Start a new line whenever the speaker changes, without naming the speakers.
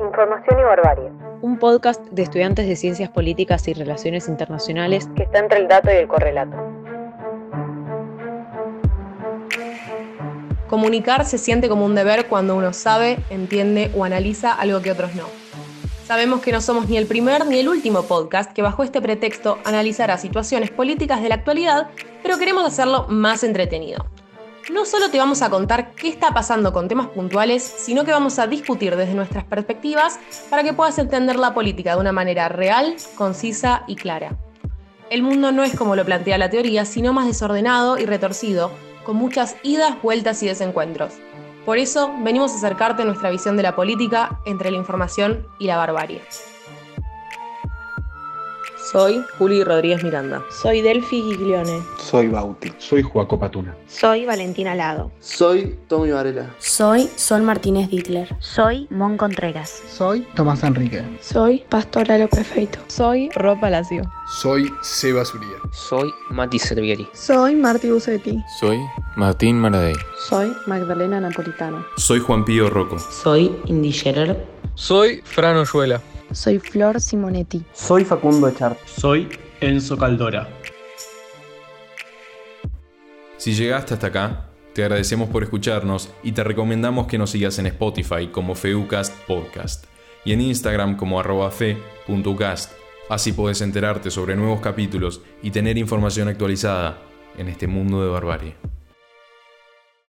Información y barbarie,
un podcast de estudiantes de Ciencias Políticas y Relaciones Internacionales
que está entre el dato y el correlato.
Comunicar se siente como un deber cuando uno sabe, entiende o analiza algo que otros no. Sabemos que no somos ni el primer ni el último podcast que bajo este pretexto analizará situaciones políticas de la actualidad, pero queremos hacerlo más entretenido. No solo te vamos a contar qué está pasando con temas puntuales, sino que vamos a discutir desde nuestras perspectivas para que puedas entender la política de una manera real, concisa y clara. El mundo no es como lo plantea la teoría, sino más desordenado y retorcido, con muchas idas, vueltas y desencuentros. Por eso venimos a acercarte a nuestra visión de la política entre la información y la barbarie.
Soy Juli Rodríguez Miranda.
Soy Delphi Giglione.
Soy Bauti.
Soy Juaco Patuna.
Soy Valentina Lado.
Soy Tommy Varela.
Soy Sol Martínez Dittler.
Soy Mon Contreras.
Soy Tomás Enrique.
Soy Pastora López Feito.
Soy Ro Palacio.
Soy Seba Zuría.
Soy Mati Servieri.
Soy Marti Bucetti.
Soy Martín Maradei.
Soy Magdalena Napolitano.
Soy Juan Pío Rocco.
Soy Indy Gerard.
Soy Fran Oyuela.
Soy Flor Simonetti.
Soy Facundo Echar.
Soy Enzo Caldora.
Si llegaste hasta acá, te agradecemos por escucharnos y te recomendamos que nos sigas en Spotify como Feucast Podcast y en Instagram como arroba fe.ucast. Así podés enterarte sobre nuevos capítulos y tener información actualizada en este mundo de barbarie.